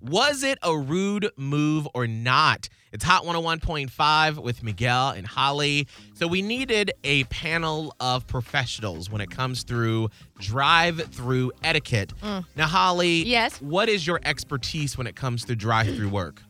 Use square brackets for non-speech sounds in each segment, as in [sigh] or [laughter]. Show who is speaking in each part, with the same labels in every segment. Speaker 1: Was it a rude move or not? It's Hot 101.5 with Miguel and Holly. So, we needed a panel of professionals when it comes through drive through etiquette. Now, Holly,
Speaker 2: Mm. Yes?
Speaker 1: what is your expertise when it comes to drive through work?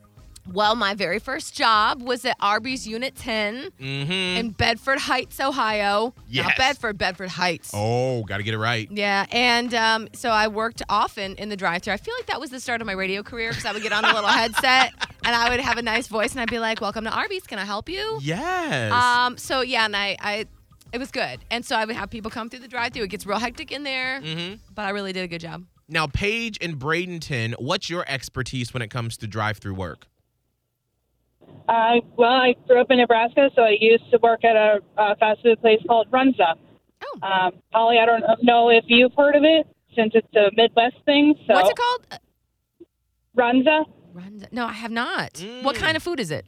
Speaker 2: Well, my very first job was at Arby's Unit 10
Speaker 1: Mm-hmm.
Speaker 2: in Bedford Heights, Ohio.
Speaker 1: Yes.
Speaker 2: Not Bedford, Bedford Heights.
Speaker 1: Oh, got to get it right.
Speaker 2: Yeah, and um, so I worked often in the drive-thru. I feel like that was the start of my radio career because I would get on the
Speaker 1: [laughs]
Speaker 2: little headset and I would have a nice voice and I'd be like, "Welcome to Arby's. Can I help you?"
Speaker 1: Yes.
Speaker 2: Um. So yeah, and I, I, it was good. And so I would have people come through the drive-thru. It gets real hectic in there,
Speaker 1: Mhm.
Speaker 2: but I really did a good job.
Speaker 1: Now, Paige and Bradenton, what's your expertise when it comes to drive through work?
Speaker 3: I well, I grew up in Nebraska, so I used to work at a, uh fast food place called Runza.
Speaker 2: Oh,
Speaker 3: Um, Holly, I don't know if you've heard of it since it's a Midwest thing. So
Speaker 2: what's it called? Uh,
Speaker 3: Runza.
Speaker 2: Run- No, I have not. What
Speaker 1: Mm.
Speaker 2: kind of food is it?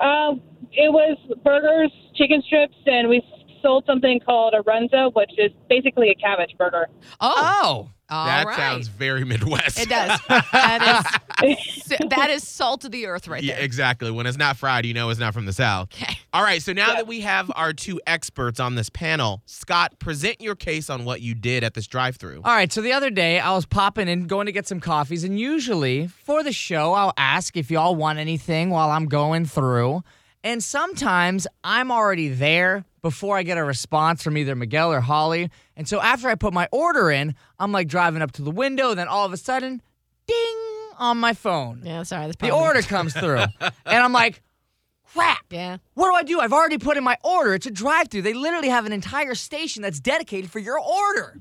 Speaker 3: Uh, it was burgers, chicken strips, and we sold something called a Runza, which is basically a cabbage
Speaker 2: [laughs]
Speaker 3: burger. [laughs]
Speaker 2: Oh,
Speaker 1: Oh,
Speaker 2: all
Speaker 1: that
Speaker 2: right.
Speaker 1: sounds very [laughs] Midwest.
Speaker 2: It does.
Speaker 1: [laughs]
Speaker 2: That is that is salt of the earth right
Speaker 1: yeah,
Speaker 2: there.
Speaker 1: exactly. When it's not fried, you know it's not from the South.
Speaker 2: Okay.
Speaker 1: All right, so now
Speaker 3: Yeah.
Speaker 1: that we have our two experts on this panel, Scott, present your case on what you did at this drive through.
Speaker 2: Oh.
Speaker 4: All right, so the other day I was popping in, going to get some coffees, and usually for the show, I'll ask if y'all want anything while I'm going through. And sometimes I'm already there before I get a response from either Miguel or Holly. And so after I put my order in, I'm like driving up to the window, then all of a sudden, ding on my phone.
Speaker 2: Yeah. Sorry. That's
Speaker 4: The
Speaker 2: probably-
Speaker 4: order comes through, and I'm like, crap.
Speaker 2: Yeah.
Speaker 4: What do I do? I've already put in my order. It's a drive through. They literally have an entire station that's dedicated for your order.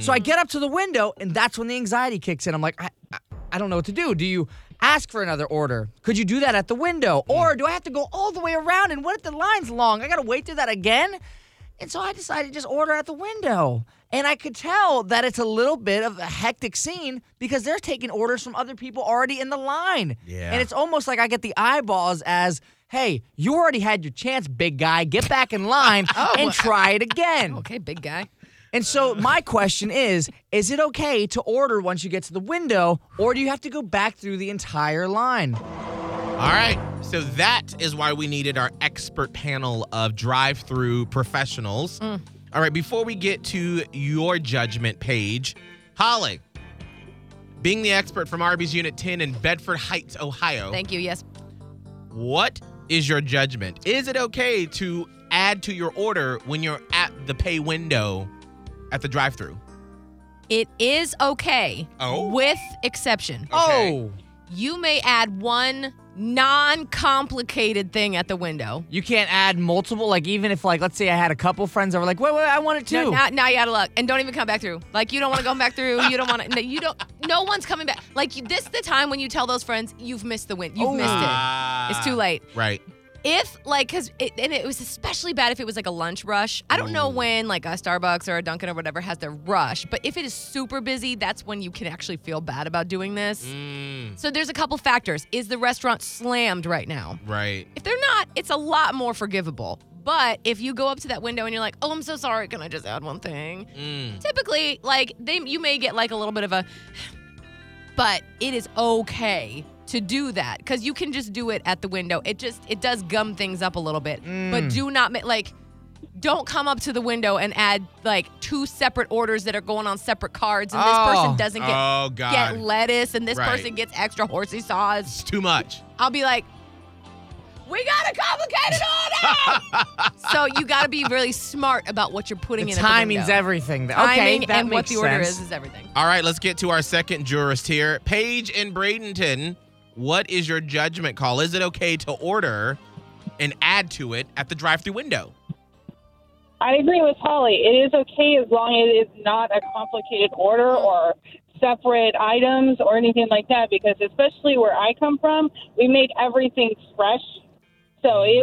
Speaker 4: So I get up to the window, and that's when the anxiety kicks in. I'm like, I, I, I don't know what to do. Do you ask for another order? Could you do that at the window? Or do I have to go all the way around? And what if the line's long? I got to wait through that again? And so I decided to just order at the window. And I could tell that it's a little bit of a hectic scene because they're taking orders from other people already in the line.
Speaker 1: Yeah.
Speaker 4: And it's almost like I get the eyeballs as, hey, you already had your chance, big guy. Get back
Speaker 2: [laughs]
Speaker 4: in line and try it again.
Speaker 2: Oh, Okay, big guy.
Speaker 4: And so my question is, is it okay to order once you get to the window, or do you have to go back through the entire line?
Speaker 1: All right, so that is why we needed our expert panel of drive through professionals.
Speaker 2: Mm.
Speaker 1: All right, before we get to your judgment page, Holly, being the expert from Arby's Unit 10 in Bedford Heights, Ohio.
Speaker 2: Thank you. Yes.
Speaker 1: What is your judgment? Is it okay to add to your order when you're at the pay window at the drive through?
Speaker 2: It is okay.
Speaker 1: Oh.
Speaker 2: With exception.
Speaker 1: Okay.
Speaker 4: Oh,
Speaker 2: You may add one non complicated thing at the window.
Speaker 4: you can't add multiple. Like even if like let's say I had a couple friends that were like, wait, wait, I wanted two.
Speaker 2: No, now, now you're out of luck. And don't even come back through. Like, you don't want to go back through. You don't want to. No, you don't. No one's coming back. Like, you, this the time when you tell those friends you've missed the win. You've
Speaker 4: Oh.
Speaker 2: missed it. It's too late.
Speaker 1: Ah. Right.
Speaker 2: If, like, because, it, and it was especially bad if it was like a lunch rush. I don't know when, like, a Starbucks or a Dunkin' or whatever has their rush, but if it is super busy, that's when you can actually feel bad about doing this.
Speaker 1: Mm,
Speaker 2: So there's a couple factors. Is the restaurant slammed right now?
Speaker 1: right.
Speaker 2: If they're not, it's a lot more forgivable. But if you go up to that window and you're like, "Oh, I'm so sorry. Can I just add one thing?"
Speaker 1: Mm.
Speaker 2: Typically, like they you may get like a little bit of a but it is okay to do that cuz you can just do it at the window. It just it does gum things up a little bit. But do not ma- like don't come up to the window and add like two separate orders that are going on separate cards and this
Speaker 4: Oh.
Speaker 2: person doesn't get
Speaker 1: Oh, God.
Speaker 2: get lettuce and this
Speaker 1: Right.
Speaker 2: person gets extra horsey sauce.
Speaker 1: it's too much.
Speaker 2: I'll be like, we got a complicated order. so you got to be really smart about what you're putting
Speaker 4: The
Speaker 2: in. at
Speaker 4: timing's
Speaker 2: the window.
Speaker 4: everything. Okay,
Speaker 2: Timing
Speaker 4: that
Speaker 2: and
Speaker 4: makes
Speaker 2: what the order
Speaker 4: sense.
Speaker 2: is is everything.
Speaker 1: All right, let's get to our second jurist here. Paige and Bradenton, what is your judgment call? Is it okay to order and add to it at the drive through window?
Speaker 3: I agree with Holly. It is okay as long as it is not a complicated order or separate items or anything like that. Because especially where I come from, we make everything fresh. So it,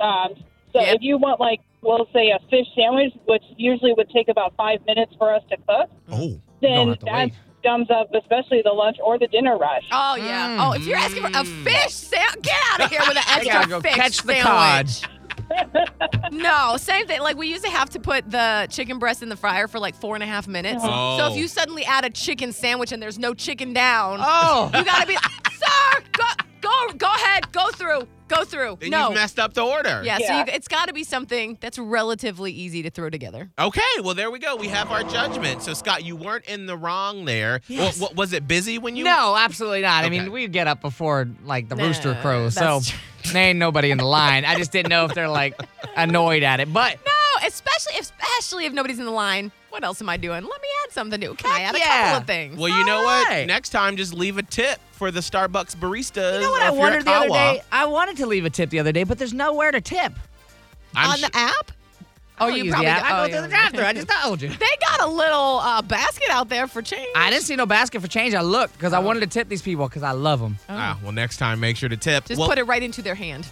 Speaker 3: um, so
Speaker 2: Yep.
Speaker 3: if you want like we'll say a fish sandwich, which usually would take about five minutes for us to cook,
Speaker 1: Oh.
Speaker 4: don't
Speaker 3: then
Speaker 4: have to
Speaker 3: that
Speaker 4: wait.
Speaker 3: gums up, especially the lunch or the dinner rush.
Speaker 2: Oh yeah.
Speaker 4: Mm.
Speaker 2: Oh, if you're asking for a
Speaker 1: Mm.
Speaker 4: [laughs]
Speaker 2: fish, sa- get out of here with an
Speaker 4: gotta
Speaker 2: extra
Speaker 4: go
Speaker 2: fish
Speaker 4: catch the
Speaker 2: sandwich. [laughs] No, same thing. Like we used to have to put the chicken breast in the fryer for like four and a half minutes.
Speaker 1: Oh.
Speaker 2: So if you suddenly add a chicken sandwich and there's no chicken down,
Speaker 4: Oh.
Speaker 2: [laughs] you
Speaker 4: [laughs]
Speaker 2: gotta be, sir, go, go, go ahead, go through, go through.
Speaker 1: Then
Speaker 2: no,
Speaker 1: you've messed up the order.
Speaker 2: yeah, So
Speaker 3: Yeah.
Speaker 2: you, it's got to be something that's relatively easy to throw together.
Speaker 1: Okay, well there we go. We have our judgment. So Scott, you weren't in the wrong there.
Speaker 4: Yes.
Speaker 1: Well, what, was it busy when you?
Speaker 4: no, absolutely not. I
Speaker 1: Okay.
Speaker 4: mean, we get up before like the rooster
Speaker 2: Nah,
Speaker 4: crows, so
Speaker 2: that's
Speaker 4: [laughs] there ain't nobody in the line. I just didn't know if they're like annoyed at it, but
Speaker 2: No, especially especially if nobody's in the line. What else am I doing? Let me add something new. Can I
Speaker 4: Heck
Speaker 2: add a
Speaker 4: yeah.
Speaker 2: couple of things?
Speaker 1: Well, you know
Speaker 4: Alright.
Speaker 1: what? Next time, just leave a tip for the Starbucks baristas.
Speaker 4: you know what
Speaker 1: or
Speaker 4: I
Speaker 1: if you're
Speaker 4: wondered
Speaker 1: at
Speaker 4: the other
Speaker 1: Kawa.
Speaker 4: day? I wanted to leave a tip the other day, but there's nowhere to tip.
Speaker 1: I'm
Speaker 2: on
Speaker 1: su-
Speaker 2: the app?
Speaker 4: I
Speaker 2: Oh,
Speaker 4: don't
Speaker 2: you
Speaker 4: use
Speaker 2: probably
Speaker 4: the app.
Speaker 2: got- oh,
Speaker 4: I go
Speaker 2: yeah.
Speaker 4: through the drive-through. I just told [laughs] you.
Speaker 2: They got a little uh, basket out there for change.
Speaker 4: I didn't see no basket for change. I looked because I wanted to tip these people because I love them.
Speaker 1: Ah, well, next time, make sure to tip.
Speaker 2: Just
Speaker 1: well,
Speaker 2: put it right into their hand.